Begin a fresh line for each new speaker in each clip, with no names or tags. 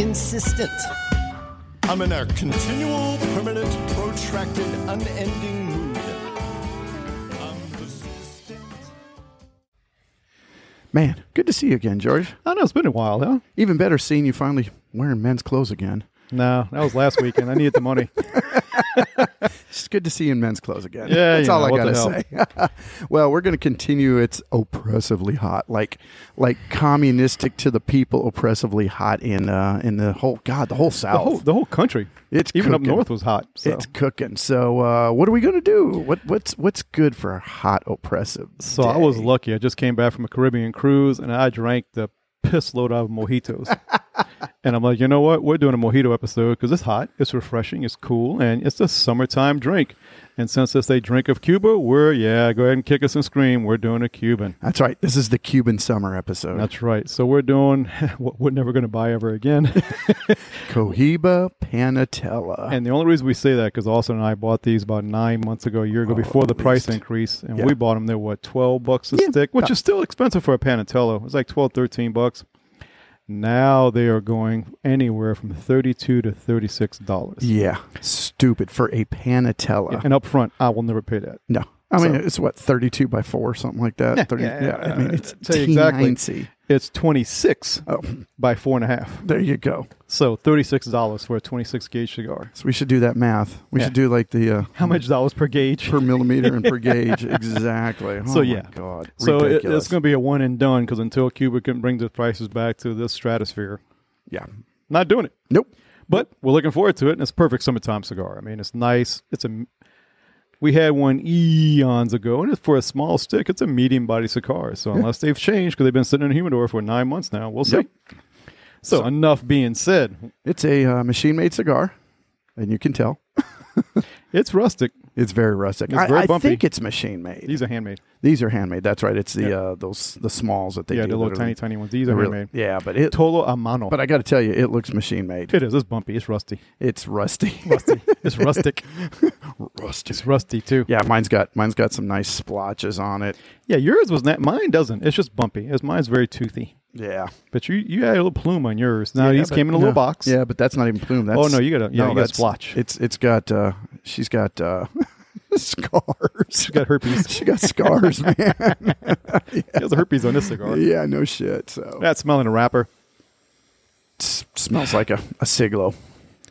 consistent.
I'm in a continual, permanent, protracted, unending mood. I'm persistent.
Man, good to see you again, George.
I know Oh, it's been a while, huh?
Even better seeing you finally wearing men's clothes again.
No, that was last weekend. I needed the money.
It's good to see you in men's clothes again.
Yeah,
that's
you
all
know,
I
what
gotta
the
say. well, we're gonna continue. It's oppressively hot, like like communistic to the people, oppressively hot in uh, in the whole God, the whole
The
South.
whole, the whole country.
It's
even
cooking.
up north was hot. So.
It's cooking. So, uh, what are we gonna do? What what's what's good for a hot oppressive?
so I was
day?
lucky. I just came back from a Caribbean cruise and I drank the piss load out of mojitos. and I'm like, you know what? We're doing a mojito episode because it's hot, it's refreshing, it's cool, and it's a summertime drink. And since it's a drink of Cuba, we're yeah, go ahead and kick us and scream. We're doing a Cuban.
That's right. This is the Cuban summer episode.
That's right. So we're doing what we're never going to buy ever again.
Cohiba Panatella.
And the only reason we say that because Austin and I bought these about nine months ago, a year ago, before the price increase, and
Oh, Yeah.
we bought them. They were what twelve bucks a stick, which is still expensive for a panatello. It's like 12, 13 bucks. Now they are going anywhere from thirty-two to thirty-six dollars.
yeah, stupid for a panatella.
And up front, I will never pay that.
No. I mean,
So-
it's what, 32 by 4, something like that? 30, yeah, I mean, it's
tell you exactly.
teensy.
It's twenty-six
Oh,
by four and a half,
there you go.
so thirty-six dollars for a twenty-six gauge cigar.
So we should do that math. We
Yeah.
should do like the uh,
How much dollars per gauge?
per millimeter and per gauge. Exactly. Oh
So, yeah.
My God.
so it-
Ridiculous.
it's going to be a one and done because until Cuba can bring the prices back to this stratosphere,
yeah.
not doing it.
Nope.
But we're looking forward to it, and it's a perfect summertime cigar. I mean, it's nice. It's a we had one eons ago, and it's for a small stick. It's a medium body cigar. So unless they've changed, because they've been sitting in a humidor for nine months now, we'll see.
Yep.
So, enough being said.
It's a uh, machine made cigar, and you can tell.
It's rustic.
It's very rustic.
It's
I,
very
I
bumpy.
think it's machine made. These,
These are handmade.
are handmade. That's right. It's the
Yeah.
uh, those the smalls that they
yeah,
do.
the little
that are
tiny, tiny ones. These are
really-
handmade.
Yeah, but it.
Tolo a mano.
But I got to tell you, it looks machine made.
it is. It's bumpy. It's rusty.
It's rusty.
It's rustic.
rusty.
it's rusty too.
Yeah, mine's got mine's got some nice splotches on it.
Yeah, yours was not. Mine doesn't. It's just bumpy. It's, mine's very toothy.
Yeah.
But you, you had a little plume on yours. Now these
but-
came in a little
no.
box.
Yeah, but that's not even plume. That's,
Oh, no, you got a- yeah, you got a
that's-
splotch.
It's it's got uh she's got uh scars.
She got herpes.
she got scars, man.
She has herpes on this cigar.
yeah, no shit. So
That's smelling a wrapper.
S- smells like a, a siglo.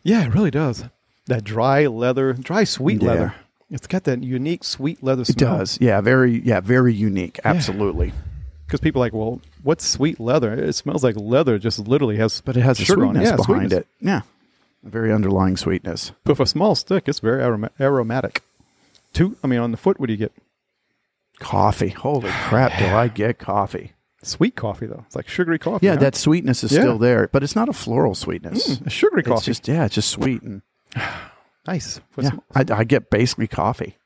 Yeah, it really does. That dry leather, dry sweet
Yeah.
leather. It's got that unique sweet leather
It
smell.
does. Yeah, very yeah, very unique. Absolutely.
Because people are like, well, what's sweet leather? It smells like leather. It Just literally has,
But it has a
sugar on
sweetness
Yeah,
behind
sweetness.
it. Yeah. A very underlying sweetness.
But for a small stick, it's very aroma- aromatic. Two, I mean, on the foot, what do you get?
Coffee. Holy
Oh,
crap, do I get coffee.
Sweet coffee though. It's like sugary coffee.
Yeah,
huh?
that sweetness is
Yeah. Mm,
still there, but it's not a floral sweetness.
A sugary
It's
coffee.
just yeah, it's just sweet and
nice. For
yeah.
sm-
I, I get basically coffee.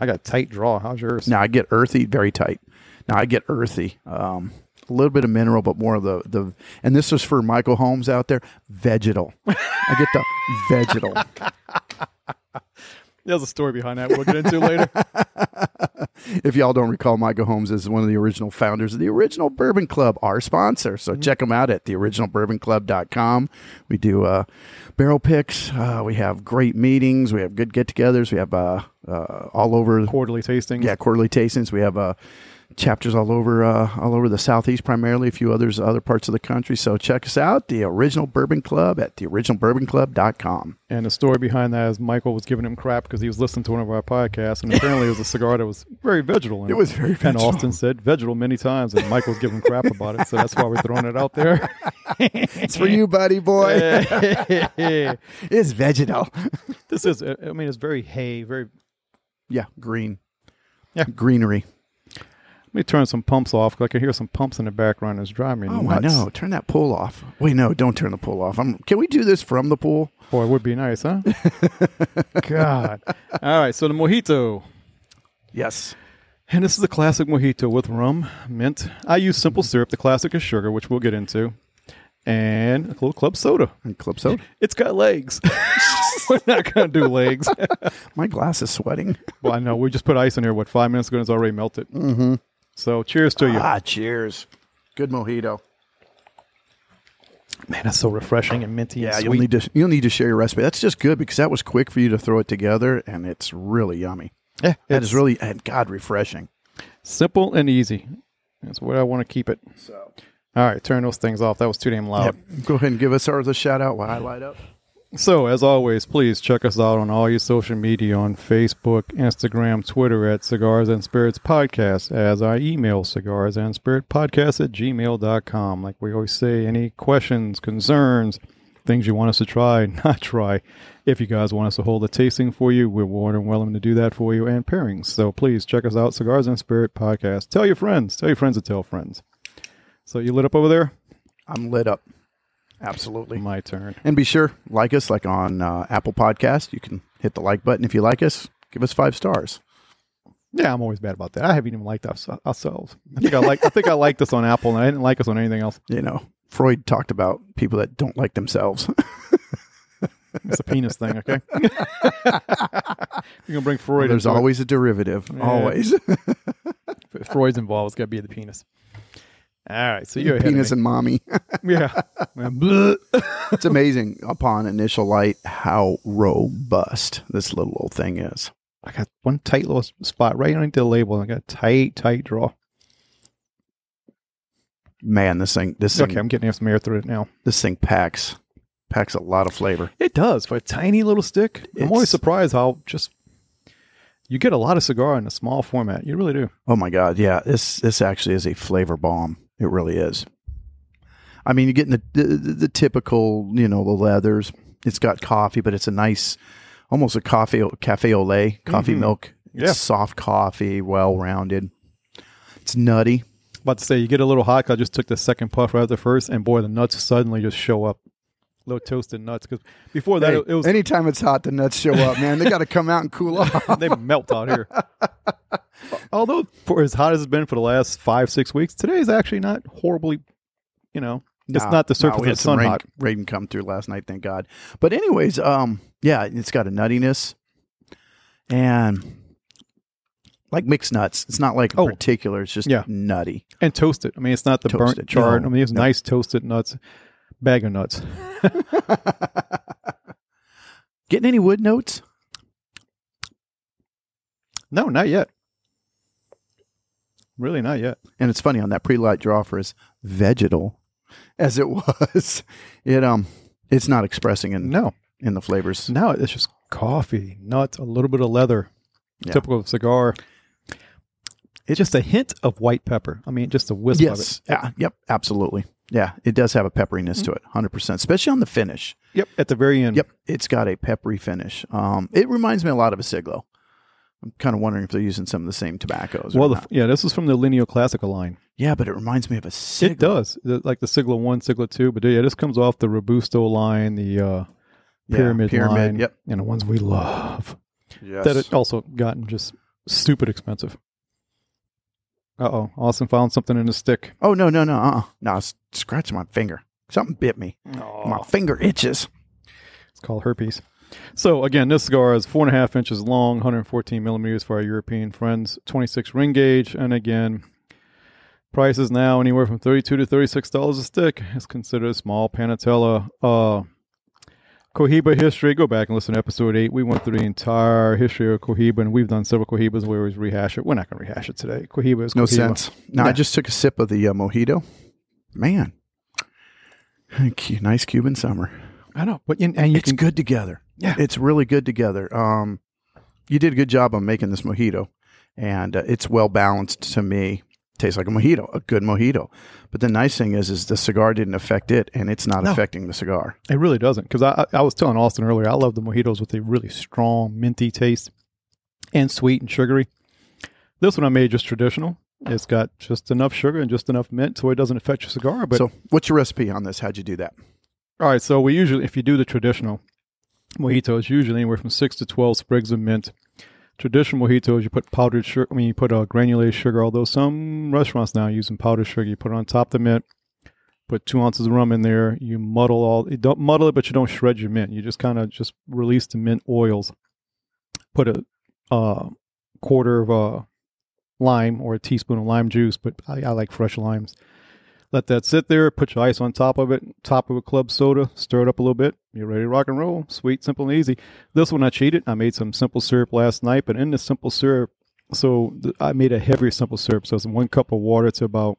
I got tight draw. How's yours?
Now I get earthy, very tight. Now I get earthy, um, a little bit of mineral, but more of the the. And this is for Michael Holmes out there. Vegetal. I get the vegetal.
There's a story behind that we'll get into later.
If y'all don't recall, Michael Holmes is one of the original founders of the Original Bourbon Club, our sponsor. So check them out at theoriginalbourbonclub.com. We do uh, barrel picks. Uh, we have great meetings. We have good get-togethers. We have uh, uh, all over
Quarterly tastings.
yeah quarterly tastings we have uh chapters all over uh, all over the southeast primarily a few others other parts of the country so check us out the original bourbon club at theoriginalbourbonclub.com
And the story behind that is Michael was giving him crap because he was listening to one of our podcasts, and apparently it was a cigar that was very vegetal. In it,
was very
And
vegetal.
Austin said vegetal many times, and Michael's giving him crap about it, so that's why we're throwing it out there.
it's for you buddy boy
this
it's vegetal
is, uh, I mean, it's very hay, very.
yeah green
Yeah.
greenery
Let me turn some pumps off because I can hear some pumps in the background. It's driving me
oh i
nuts.
know turn that pool off wait no don't turn the pool off I'm, can we do this from the pool
Boy, it would be nice, huh? God. All right, so the mojito.
yes
And this is a classic mojito with rum, mint. I use simple syrup. The classic is sugar, which we'll get into, and a little club soda.
and clip soda
It's got legs. we're not going to do legs.
my glass is sweating
well, I know. We just put ice in here, what, five minutes ago, and it's already melted. Mm-hmm. Ah, So cheers to you.
ah cheers good mojito
Man, that's so refreshing and minty.
Yeah,
and
you'll
sweet.
need to you'll need to share your recipe. That's just good because that was quick for you to throw it together, and it's really yummy.
Yeah,
That
it's
is really and God refreshing.
simple and easy. That's what I want to keep it.
So
All right, turn those things off. That was too damn loud.
go ahead and give us ours a shout out while I light up.
So, as always, please check us out on all your social media on Facebook, Instagram, Twitter at Cigars and Spirits Podcast, as our email, cigars and spirit podcast at gmail.com. Like we always say, any questions, concerns, things you want us to try, not try. If you guys want us to hold a tasting for you, we're more than willing to do that for you and pairings. So, please check us out, Cigars and Spirit Podcast. Tell your friends, tell your friends to tell friends. So, you lit up over there?
I'm lit up. Absolutely.
My turn.
And be sure, like us, like on uh, Apple Podcast. You can hit the like button if you like us. Give us five stars.
Yeah, I'm always bad about that. I haven't even liked us, ourselves. I think I like. I think I liked us on Apple, and I didn't like us on anything else.
You know, Freud talked about people that don't like themselves.
It's a penis thing, okay? You're gonna bring Freud.
There's
into it.
always a derivative. Always.
if Freud's involved. It's got to be the penis. All right, so you're ahead
Penis
Of
and mommy.
me. yeah. Yeah, bleh.
it's amazing upon initial light how robust this little old thing is.
I got one tight little spot right underneath the label. And I got a tight, tight draw.
Man, this thing this thing
Okay, I'm getting some air through it now.
this thing packs packs a lot of flavor.
It does for a tiny little stick. I'm
It's-
always surprised how just you get a lot of cigar in a small format. You really do.
Oh my god, yeah. This this actually is a flavor bomb. It really is. I mean, you're getting the the, the typical, you know, the leathers. It's got coffee, but it's a nice almost a coffee cafe au lait, coffee milk. It's
Mm-hmm. Yeah.
soft coffee, well-rounded. It's nutty.
About to say, you get a little hot. 'cause I just took the second puff right after the first, and boy, the nuts suddenly just show up. Little toasted nuts. Because before that,
Hey,
it, it was
anytime it's hot, the nuts show up, man. They got to come out and cool off.
they melt out here. Although for as hot as it's been for the last five six weeks, today is actually not horribly. You know, it's
Nah,
not the
nah,
surface
we had
of the sun
rain,
hot.
rain come through last night, thank God. But anyways, um, yeah, it's got a nuttiness, and like mixed nuts. It's not like
Oh.
particular. It's just
Yeah.
nutty.
and toasted. I mean, it's not the
Toasted.
burnt charred.
No,
I mean, it's
no.
nice toasted nuts, bag of nuts.
Getting any wood notes?
No, not yet. Really, not yet.
And it's funny on that pre-light draw for as vegetal as it was. It um, it's not expressing in
No,
in the flavors.
Now it's just coffee, nuts, a little bit of leather,
Yeah.
typical of cigar. It's just a hint of white pepper. I mean, just a wisp
Yes. Yeah. Yep. Absolutely. Yeah. It does have a pepperiness
Mm-hmm.
to it, hundred percent, especially on the finish.
of it. Yep. At the very end.
Yep, it's got a peppery finish. Um, it reminds me a lot of a Siglo. I'm kind of wondering if they're using some of the same tobaccos.
Well,
Well,
the, f- yeah, this is from the Lineo Classica line.
yeah, but it reminds me of a Siglo.
It does, The- like the Sigla One, Sigla Two, but yeah, this comes off the Robusto line, the uh,
Yeah,
pyramid,
pyramid,
line,
yep.
and the ones we love.
Yes.
That it also gotten just stupid expensive. Uh oh, Austin found something in his stick.
oh no no no uh-uh. no! It's scratching my finger. Something bit me. My finger itches.
It's called herpes. So again, this cigar is four and a half inches long, 114 millimeters for our European friends, 26 ring gauge, and again, price is now anywhere from 32 to 36 dollars a stick. It's considered a small panatella. Uh, Cohiba history. Go back and listen to episode eight. We went through the entire history of Cohiba, and we've done several Cohibas where we rehash it. We're not going to rehash it today. Cohiba is
No
Cohiba.
sense. No, I
Nah.
just took a sip of the uh, mojito. Man, Cu- nice Cuban summer.
I know, but and, and you
it's
can
good together.
Yeah.
it's really good together. Um, you did a good job on making this mojito, and uh, it's well balanced to me. Tastes like a mojito, a good mojito. But the nice thing is, is the cigar didn't affect it, and it's not affecting the cigar.
It really doesn't, because I I I was telling Austin earlier, I love the mojitos with a really strong minty taste, and sweet and sugary. This one I made just traditional. It's got just enough sugar and just enough mint, so it doesn't affect your cigar. But
so, what's your recipe on this? How'd you do that?
all right, so we usually, if you do the traditional mojito, it's usually anywhere from six to twelve sprigs of mint. Traditional mojitos, you put powdered sugar. I mean, you put uh, granulated sugar. Although some restaurants now are using powdered sugar, you put it on top of the mint. Put two ounces of rum in there. You muddle all. You don't muddle it, but you don't shred your mint. You just kind of just release the mint oils. Put a uh, quarter of uh, lime or a teaspoon of lime juice, but I, I like fresh limes. Let that sit there. Put your ice on top of it, top of a club soda. Stir it up a little bit. You're ready to rock and roll. Sweet, simple, and easy. This one I cheated. I made some simple syrup last night, but in the simple syrup, so th- I made a heavier simple syrup. So it's one cup of water to about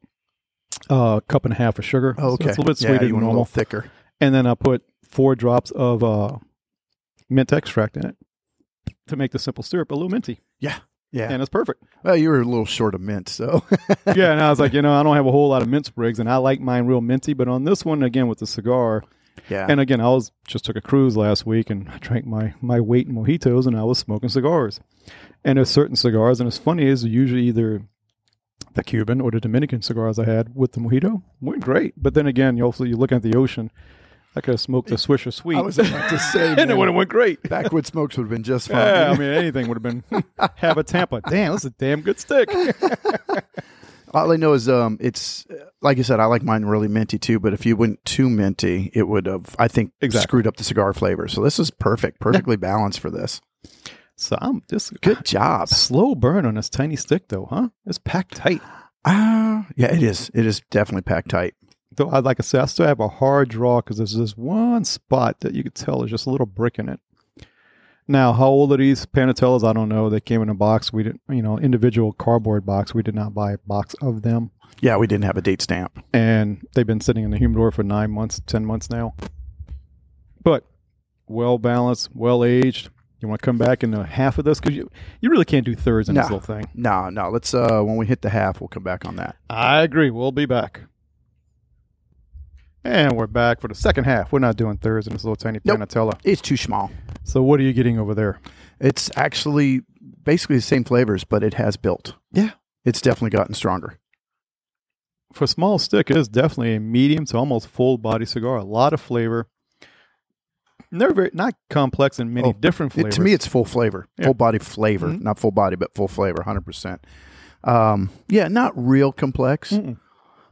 uh, a cup and a half of sugar. So
Okay.
it's a little bit
Yeah,
sweeter
you
than
want a
normal.
little thicker.
And then I put four drops of uh, mint extract in it to make the simple syrup a little minty,
Yeah.
and it's perfect.
well, you were a little short of mint, so
yeah, and I was like, you know, I don't have a whole lot of mint sprigs, and I like mine real minty. But on this one, again with the cigar,
yeah.
and again, I was just took a cruise last week, and I drank my my weight in mojitos, and I was smoking cigars. And there's certain cigars, and it's funny is usually either the Cuban or the Dominican cigars I had with the mojito went great. But then again, you also you look at the ocean. I could have smoked a Swisher Sweet,
I was about to say,
and it
man,
would have went great.
backwood smokes would have been just fine.
Yeah, I mean, anything would have been have a Tampa. Damn, that's a damn good stick.
All I know is, um, it's uh, like I said, I like mine really minty too. But if you went too minty, it would have, I think,
Exactly.
screwed up the cigar flavor. So this is perfect, perfectly balanced for this.
So I'm just
Good job.
Slow burn on this tiny stick, though, huh? It's packed tight.
Ah, yeah, it is. It is definitely packed tight.
Though, I like I said, I still have a hard draw because there's this one spot that you could tell there's just a little brick in it. Now, how old are these Panatellas? I don't know. They came in a box. We didn't, you know, individual cardboard box. We did not buy a box of them,
Yeah, we didn't have a date stamp.
and they've been sitting in the humidor for nine months, ten months now. But well balanced, well aged. You want to come back into half of this because you you really can't do thirds in this
No.
little thing.
No, no. Let's uh, when we hit the half, we'll come back on that.
I agree. We'll be back. And we're back for the second half. We're not doing thirds in this little tiny
Nope.
panatella.
It's too small.
So what are you getting over there?
It's actually basically the same flavors, but it has built.
Yeah.
It's definitely gotten stronger.
For a small stick, it is definitely a medium to almost full body cigar. A lot of flavor. They're very not complex in many
Oh,
different
It,
flavors.
to me, it's full flavor,
Yeah. Mm-hmm.
full body flavor, not full body, but full flavor, hundred percent. Um, yeah, not real complex,
Mm-mm.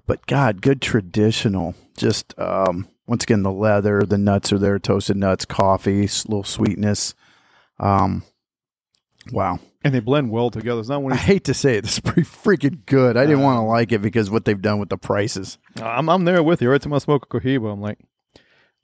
but God, good traditional. Just um, once again, the leather, the nuts are there, toasted nuts, coffee, s- little sweetness. Um, wow,
and they blend well together. It's not one
I
of these,
hate to say it, it's pretty freaking good. I
Uh,
didn't want to like it because what they've done with the prices.
I'm I'm there with you. Every time I smoke a Cohiba, I'm like,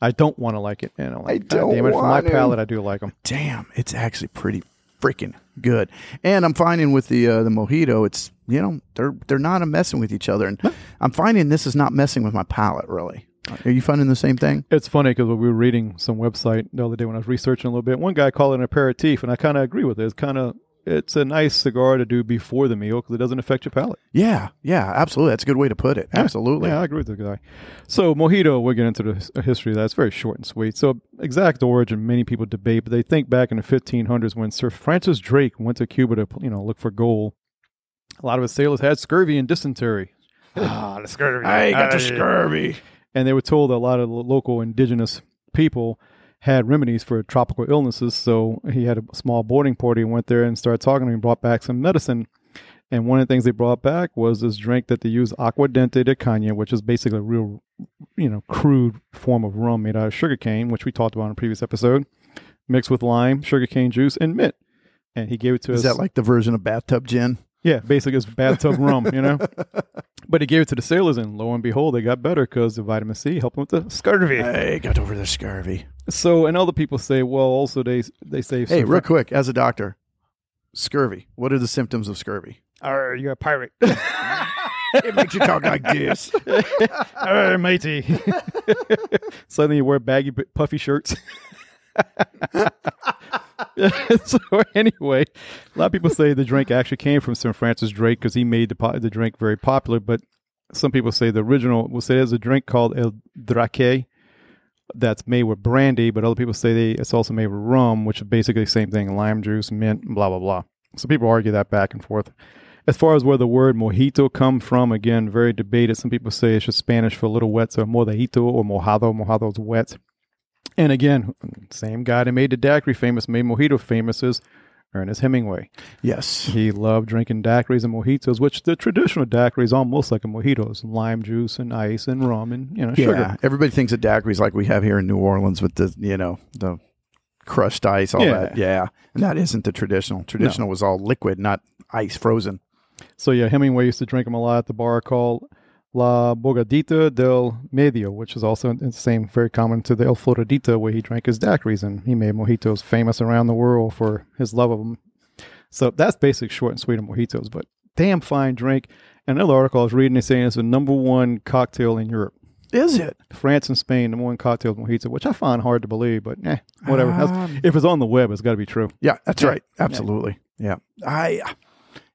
I don't want to like it. And I'm like,
I
"God
don't
damn it. For my
want to."
palate, I do like them.
damn, it's actually pretty freaking good. And I'm finding with the uh, the mojito, it's you know they're they're not messing with each other, and I'm finding this is not messing with my palate really. Are you finding the same thing?
It's funny because we were reading some website the other day when I was researching a little bit. One guy called it an aperitif, and I kind of agree with it. It's kind of it's a nice cigar to do before the meal because it doesn't affect your palate.
Yeah, yeah, absolutely. That's a good way to put it. Absolutely.
Yeah, I agree with the guy. So mojito, we'll get into the his- history of that. It's very short and sweet. So exact origin, many people debate, but they think back in the 1500s when Sir Francis Drake went to Cuba to you know look for gold. A lot of his sailors had scurvy and dysentery. ah, the scurvy.
I got the
Ah, yeah.
scurvy.
and they were told that a lot of the local indigenous people had remedies for tropical illnesses. So he had a small boarding party and went there and started talking to him, brought back some medicine. And one of the things they brought back was this drink that they use, Aqua Dente de Caña, which is basically a real, you know, crude form of rum made out of sugarcane, which we talked about in a previous episode, mixed with lime, sugarcane juice, and mint. And he gave it to
Is
us.
that like the version of bathtub gin?
Yeah, basically it's bathtub rum, you know. But he gave it to the sailors, and lo and behold, they got better because the vitamin C helped them with the scurvy.
I got over the scurvy.
So, and other people say, well, also they they say,
Hey,
so-
real quick, as a doctor, scurvy. What are the symptoms of scurvy?
Arr, you're a pirate,
It makes you talk like this.
Arr, matey. Suddenly you wear baggy, bu- puffy shirts. so anyway, a lot of people say the drink actually came from Sir Francis Drake because he made the po- the drink very popular. But some people say the original will say there's a drink called El Drake that's made with brandy, but other people say they, it's also made with rum, which is basically the same thing: lime juice, mint, blah blah blah. So people argue that back and forth. As far as where the word mojito come from, again, very debated. Some people say it's just Spanish for little wet, so mojito or mojado. Mojado's wet. And again, same guy that made the daiquiri famous, made mojito famous is Ernest Hemingway.
Yes.
He loved drinking daiquiris and mojitos, which the traditional daiquiri is almost like a mojito. It's lime juice and ice and rum and you know
Yeah,
sugar.
everybody thinks of daiquiris like we have here in New Orleans with the you know the crushed ice, all
Yeah.
that. Yeah, and that isn't the traditional. Traditional was all liquid, not ice frozen.
So yeah, Hemingway used to drink them a lot at the bar called La Bogadita del Medio, which is also the same, very common to the El Floridita, where he drank his daiquiris and he made mojitos famous around the world for his love of them. So that's basic short and sweet of mojitos, but damn fine drink. And another article I was reading is saying it's the number one cocktail in Europe.
Is it?
France and Spain, number one cocktail is mojito, which I find hard to believe, but eh, whatever. That's- if it's on the web, it's got to be true.
Yeah, that's right. Absolutely. Yeah. I,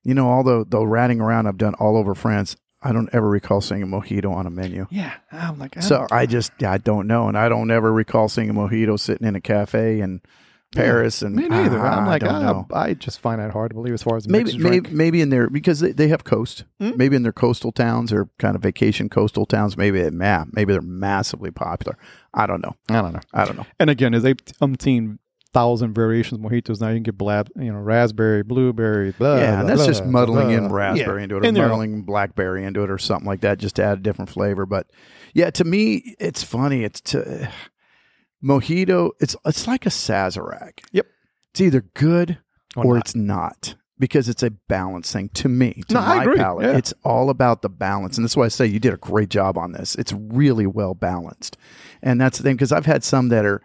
you know, although the ratting around I've done all over France, I don't ever recall seeing a mojito on a menu.
Yeah, I'm like, oh.
So I just I don't know, and I don't ever recall seeing a mojito sitting in a cafe in Paris. and
me neither.
I,
I'm like, oh,
I don't
Ah, I,
know.
I, just find that hard to believe as far as
Maybe,
maybe,
maybe maybe in their because they, they have coast. Maybe in their coastal towns or kind of vacation coastal towns. Maybe it ma- maybe they're massively popular. I don't know.
I don't know.
I don't know.
And again, there's eight- umpteen thousand variations of mojitos now. You can get blab, you know, raspberry, blueberry, blah.
yeah,
blah,
and that's
blah,
just muddling
blah.
in raspberry
Uh, Yeah.
into it, or
And they're all-
muddling blackberry into it, or something like that, just to add a different flavor. But yeah, to me, it's funny. It's to mojito. It's it's like a sazerac.
Yep.
It's either good
Or
or,
not.
it's not because it's a balance thing to me. To
No, I
my
agree.
palate,
Yeah.
it's all about the balance, and that's why I say you did a great job on this. It's really well balanced, and that's the thing because I've had some that are,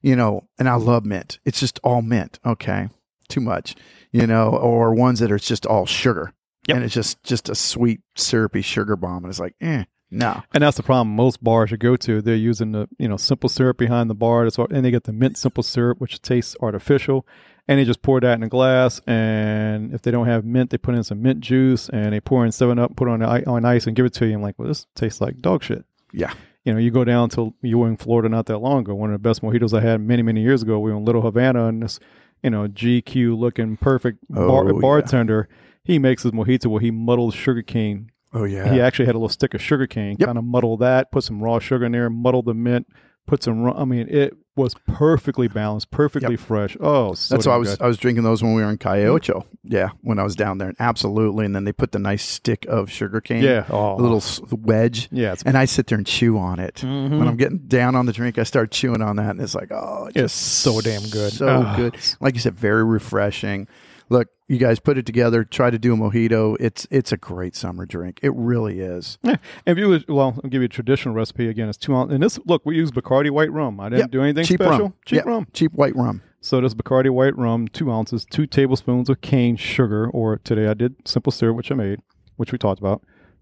you know, and I love mint. It's just all mint. Okay, too much, you know, or ones that are just all sugar,
Yep.
and it's just just a sweet syrupy sugar bomb, and it's like, eh, no,
And that's the problem. Most bars you go to, they're using the you know simple syrup behind the bar. That's what, and they get the mint simple syrup, which tastes artificial. And they just pour that in a glass. And if they don't have mint, they put in some mint juice and they pour in Seven Up, put it on i- on ice, and give it to you. I'm like, well, this tastes like dog shit.
yeah,
You know, you go down to you were in Florida not that long ago. One of the best mojitos I had many many years ago. We were in Little Havana, and this you know GQ looking perfect bar,
Oh, yeah.
bartender, he makes his mojito where he muddles sugar cane
oh yeah,
he actually had a little stick of sugar cane,
Yep.
kind of muddle that, put some raw sugar in there, muddle the mint, put some. Raw, I mean, it was perfectly balanced, perfectly fresh. Oh, so
That's why I
damn
was uh,
good. Mm-hmm.
I was drinking those when we were in Cayocho. Yeah, when I was down there, absolutely. And then they put the nice stick of sugar cane,
Yeah. Oh.
a little s- wedge.
Yeah, it's- Mm-hmm.
and I sit there and chew on it. When I'm getting down on the drink, I start chewing on that, and it's like, oh, it's
It's
just
so damn good.
so
Ah.
good. Like you said, very refreshing. Look, you guys put it together. Try to do a mojito. It's it's a great summer drink. It really is.
Yeah. If you was, well, I'll give you a traditional recipe again. It's two ounce. And this look, we use Bacardi white rum. I didn't
Yep.
do anything
cheap
special.
Rum.
Cheap
Yep.
rum.
Cheap white rum.
So this Bacardi white rum, two ounces, two tablespoons of cane sugar, or today I did simple syrup, which I made, which we talked about.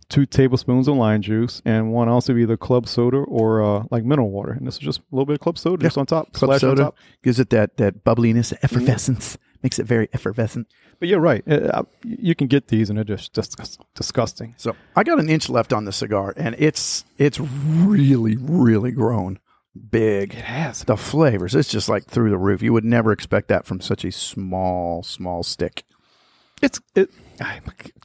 Two tablespoons of lime juice and one ounce of either club soda or uh, like mineral water. And this is just a little bit of club soda just on top.
Club
slash on
soda
top. Mm-hmm.
gives it that that bubbliness, effervescence. Makes it very effervescent.
But you're right. Uh, I- you can get these and they're just, just disgusting.
So I got an inch left on the cigar, and it's it's really really grown big. It
has.
the flavors. It's just like through the roof. You would never expect that from such a small small stick.
It's it. I-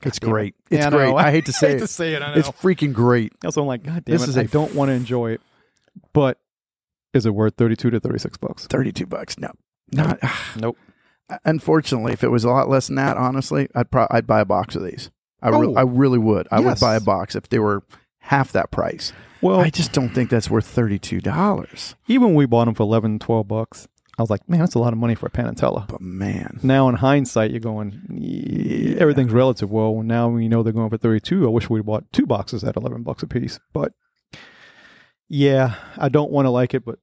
It's
God damn it.
great. It's
Yeah, I
great.
know.
I hate to say it.
to say it. I know.
It's freaking great.
Also, I'm like, God damn
This
it,
is
I
a
I don't want to enjoy it. But is it worth 32 to 36 bucks?
Thirty two bucks. No, not. Uh,
Nope.
Unfortunately, if it was a lot less than that, honestly, I'd pro- I'd buy a box of these. I, re-
Oh.
I really would. I
Yes. Oh.
would buy a box if they were half that price.
Well,
I just don't think that's worth thirty two dollars.
even when we bought them for 11 12 bucks i was like man that's a lot of money for a panatella
But man,
now in hindsight you're going "Yeah, everything's relative well now we know they're going for 32 i wish we'd bought two boxes at 11 bucks a piece but yeah i don't want to like it but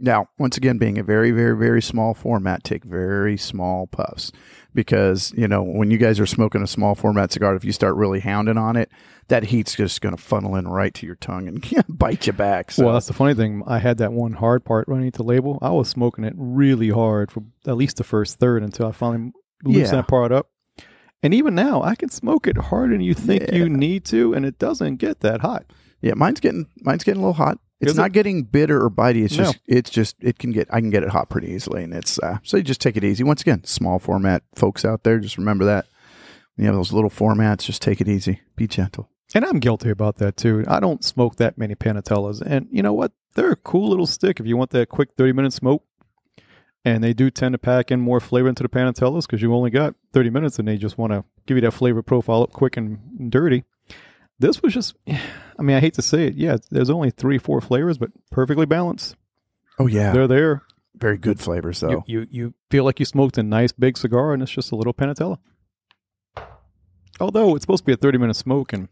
Now, once again, being a very, very, very small format, take very small puffs because, you know, when you guys are smoking a small format cigar, if you start really hounding on it, that heat's just going to funnel in right to your tongue and bite you back. So,
well that's the funny thing i had that one hard part running to label i was smoking it really hard for at least the first third until i finally loosened
Yeah.
that part up and even now i can smoke it harder than you think you need to and it doesn't get that hot
yeah, mine's getting, mine's getting a little hot. It's
Is
not getting bitter or bitey. It's
No.
just, it's just, it can get, I can get it hot pretty easily. And it's, uh, so you just take it easy. Once again, small format folks out there, just remember that. You have those little formats, just take it easy. Be gentle.
And I'm guilty about that too. I don't smoke that many Panatellas. And you know what? They're a cool little stick if you want that quick 30 minute smoke. And they do tend to pack in more flavor into the Panatellas because you only got 30 minutes and they just want to give you that flavor profile up quick and dirty. This was just, I mean, I hate to say it. Yeah, there's only three, four flavors, but perfectly balanced.
Oh, yeah.
They're there.
Very good flavors, though.
You, you, you feel like you smoked a nice big cigar and it's just a little Panatella. Although it's supposed to be a 30 minute smoke and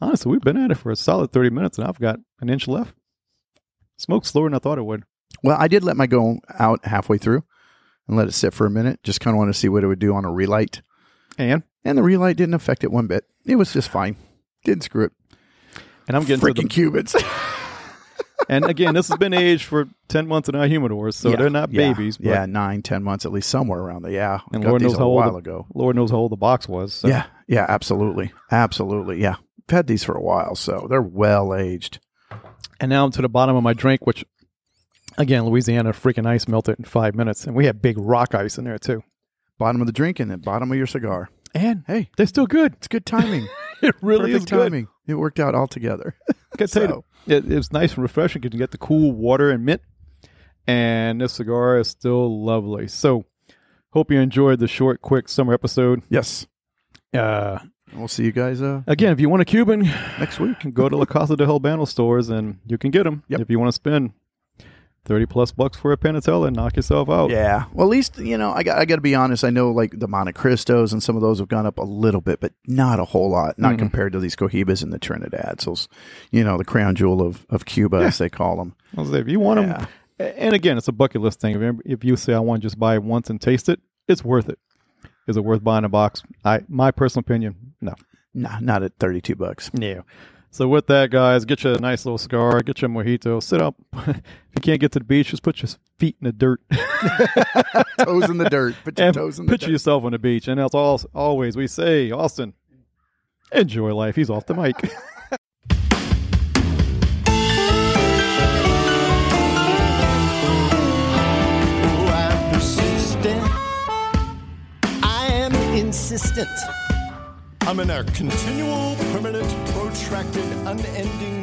Honestly, we've been at it for a solid 30 minutes and I've got an inch left. Smoked slower than I thought it would.
Well, I did let my go out halfway through and let it sit for a minute. Just kind of want to see what it would do on a relight.
And
And the relight didn't affect it one bit. It was just fine. Didn't screw it.
and I'm getting to
Freaking
the,
cubits.
and again, this has been aged for 10 months in our humidors, so
Yeah,
they're not
yeah,
babies. But,
Yeah, nine, ten months at least, somewhere around there. Yeah. I
and
got
Lord
these
knows
a
how old
while
the-
ago.
Lord knows how old the box was. So.
Yeah, yeah, absolutely. Absolutely. Yeah. I've had these for a while, so they're well aged.
And now I'm to the bottom of my drink, which again, Louisiana freaking ice melted in five minutes, and we had big rock ice in there too.
Bottom of the drink and then bottom of your cigar.
And
Hey,
they're still good.
it's good timing.
It really
Perfect
is good.
timing. It worked out altogether.
Like I tell you, it, it was nice and refreshing because you get the cool water and mint, and this cigar is still lovely. So, hope you enjoyed the short, quick summer episode.
yes.
Uh,
We'll see you guys uh,
again, if you want a Cuban,
next week.
go to La Casa de Habano stores and you can get them
Yep.
if you want to spend thirty plus bucks for a panatella and knock yourself out.
Yeah. Well, at least you know I got I got to be honest. I know like the Monte Cristos and some of those have gone up a little bit, but not a whole lot. Not compared to these Cohibas and the Trinidad. So, you know, the crown jewel of of Cuba, as they call them.
I'll say, if you want
Yeah.
them, and again, it's a bucket list thing. If- If you say I want to just buy it once and taste it, it's worth it. Is it worth buying a box? I, my personal opinion, no.
Nah, not at thirty two bucks.
Yeah. So with that, guys, get you a nice little cigar, get you a mojito, sit up. if you can't get to the beach, just put your feet in the dirt
toes in the dirt. Put your
and
toes in the
picture
dirt.
yourself on the beach. And that's all. Always we say, Austin, enjoy life. He's off the mic.
Oh, I'm persistent. I am insistent. I'm in a continual, permanent, protracted, unending